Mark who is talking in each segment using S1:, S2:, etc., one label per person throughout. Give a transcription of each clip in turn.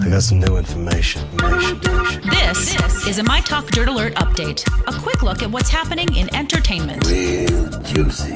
S1: I got some new information. information, information.
S2: This, this is a My Talk Dirt Alert update. A quick look at what's happening in entertainment
S1: Real juicy.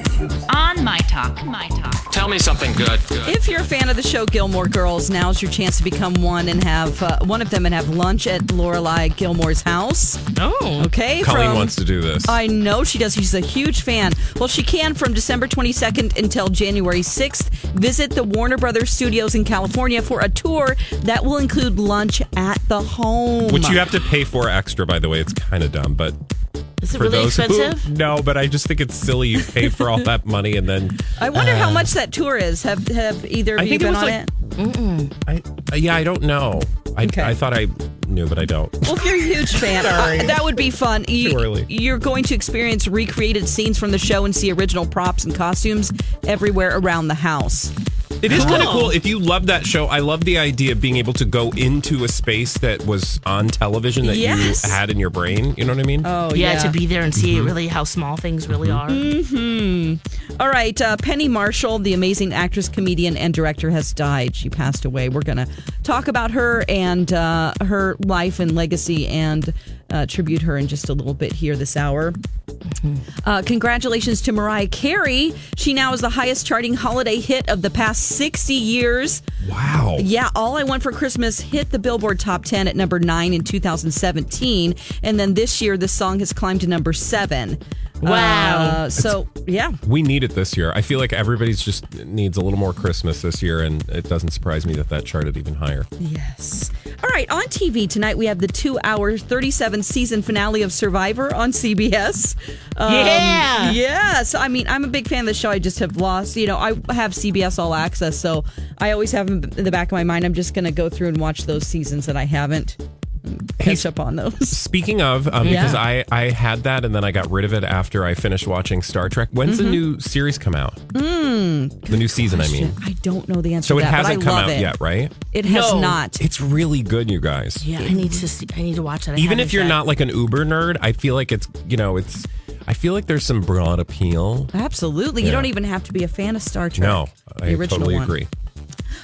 S2: on My Talk. My Talk.
S3: Tell me something good.
S4: If you're a fan of the show Gilmore Girls, now's your chance to become one and have uh, one of them and have lunch at Lorelai Gilmore's house.
S5: Oh.
S4: Okay.
S6: Colleen
S4: from-
S6: wants to do this.
S4: I know she does. She's a huge fan. Well, she can from December 22nd until January 6th visit the Warner Brothers studios in California for a tour that will include lunch at the home.
S6: which you have to pay for extra, by the way. It's kind of dumb, but
S5: Is it
S6: for
S5: really
S6: those
S5: expensive?
S6: who no, but I just think it's silly. You pay for all that money and then
S4: I wonder
S6: Uh,
S4: how much that tour is. Have have either of
S6: I
S4: you
S6: think it
S4: been
S6: was
S4: on
S6: like-
S4: it?
S6: I yeah, I don't know. I
S4: Okay.
S6: I thought I knew, but I don't.
S4: Well, if you're a huge fan, uh, that would be fun. You,
S6: Too early.
S4: You're going to experience recreated scenes from the show and see original props and costumes everywhere around the house.
S6: It is kind of cool. If you love that show, I love the idea of being able to go into a space that was on television that
S4: Yes.
S6: you had in your brain. You know what I mean?
S4: Oh,
S5: yeah, to be there and see really how small things really are.
S4: All right, uh, Penny Marshall, the amazing actress, comedian, and director, has died. She passed away. We're going to talk about her and uh, her life and legacy and uh, tribute her in just a little bit here this hour.
S6: Mm-hmm.
S4: Uh, congratulations to Mariah Carey. She now is the highest charting holiday hit of the past 60 years.
S6: wow.
S4: Yeah, All I Want for Christmas hit the Billboard Top 10 at number 9 in 2017. And then this year, the song has climbed to number 7.
S5: Wow.
S4: Uh, so, yeah.
S6: We need it this year. I feel like everybody's just needs a little more Christmas this year, and it doesn't surprise me that that charted even higher.
S4: Yes. All right. On TV tonight, we have the two hour, 37 season finale of Survivor on CBS. Um,
S5: Yeah.
S4: Yes. I mean, I'm a big fan of the show. I just have lost, you know, I have CBS All Access. So I always have in the back of my mind, I'm just going to go through and watch those seasons that I haven't. and Catch up on those.
S6: Speaking of, um, because I, I had that and then I got rid of it after I finished watching Star Trek. When's
S4: Mm-hmm.
S6: the new series come out? the new season, I mean.
S4: I don't know the answer
S6: So
S4: to
S6: it
S4: Hmm. that,
S6: hasn't
S4: but I
S6: come
S4: love
S6: out
S4: it.
S6: yet, right?
S4: It has
S5: No.
S4: not.
S6: It's really good, you guys.
S5: Yeah, I need to see. I need to watch that. I
S6: Even
S5: haven't
S6: if you're
S5: yet.
S6: not like an Uber nerd, I feel like it's you know it's. I feel like there's some broad appeal.
S4: Absolutely. You
S6: Yeah.
S4: don't even have to be a fan of Star Trek.
S6: No,
S4: the
S6: I
S4: original
S6: totally
S4: one.
S6: agree.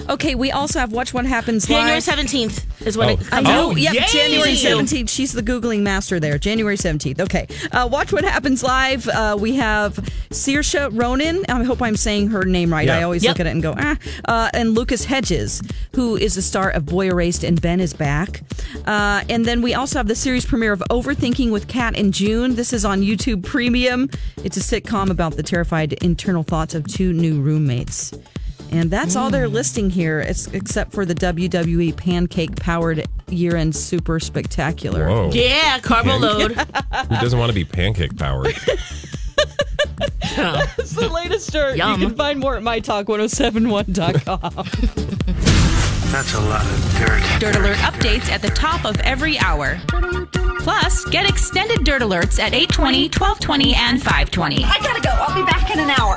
S4: Okay, we also have Watch What Happens
S5: January
S4: Live.
S5: seventeenth is when
S6: Oh.
S5: it comes
S4: I know.
S5: out.
S4: yep,
S5: Yay!
S4: January 17th. She's the Googling master there. January 17th. Okay. Uh, Watch What Happens Live. Uh, we have Saoirse Ronan. I hope I'm saying her name right.
S6: Yeah.
S4: I always
S5: Yep.
S4: look at it and go, ah. Uh, and Lucas Hedges, who is the star of Boy Erased and Ben is Back. Uh, and then we also have the series premiere of Overthinking with Kat in June. This is on YouTube Premium. It's a sitcom about the terrified internal thoughts of two new roommates. And that's all they're listing here, it's, except for the WWE pancake powered year end super spectacular.
S6: Whoa,
S5: Yeah, carbo
S6: Okay.
S5: load.
S6: who doesn't want to be pancake powered?
S4: It's the latest dirt.
S5: Yum.
S4: You can find more at mytalk1071.com.
S1: That's a lot of dirt.
S2: Dirt Alert updates at the top of every hour. Plus, get extended Dirt Alerts at 820, 1220, and 520.
S7: I gotta go. I'll be back in an hour.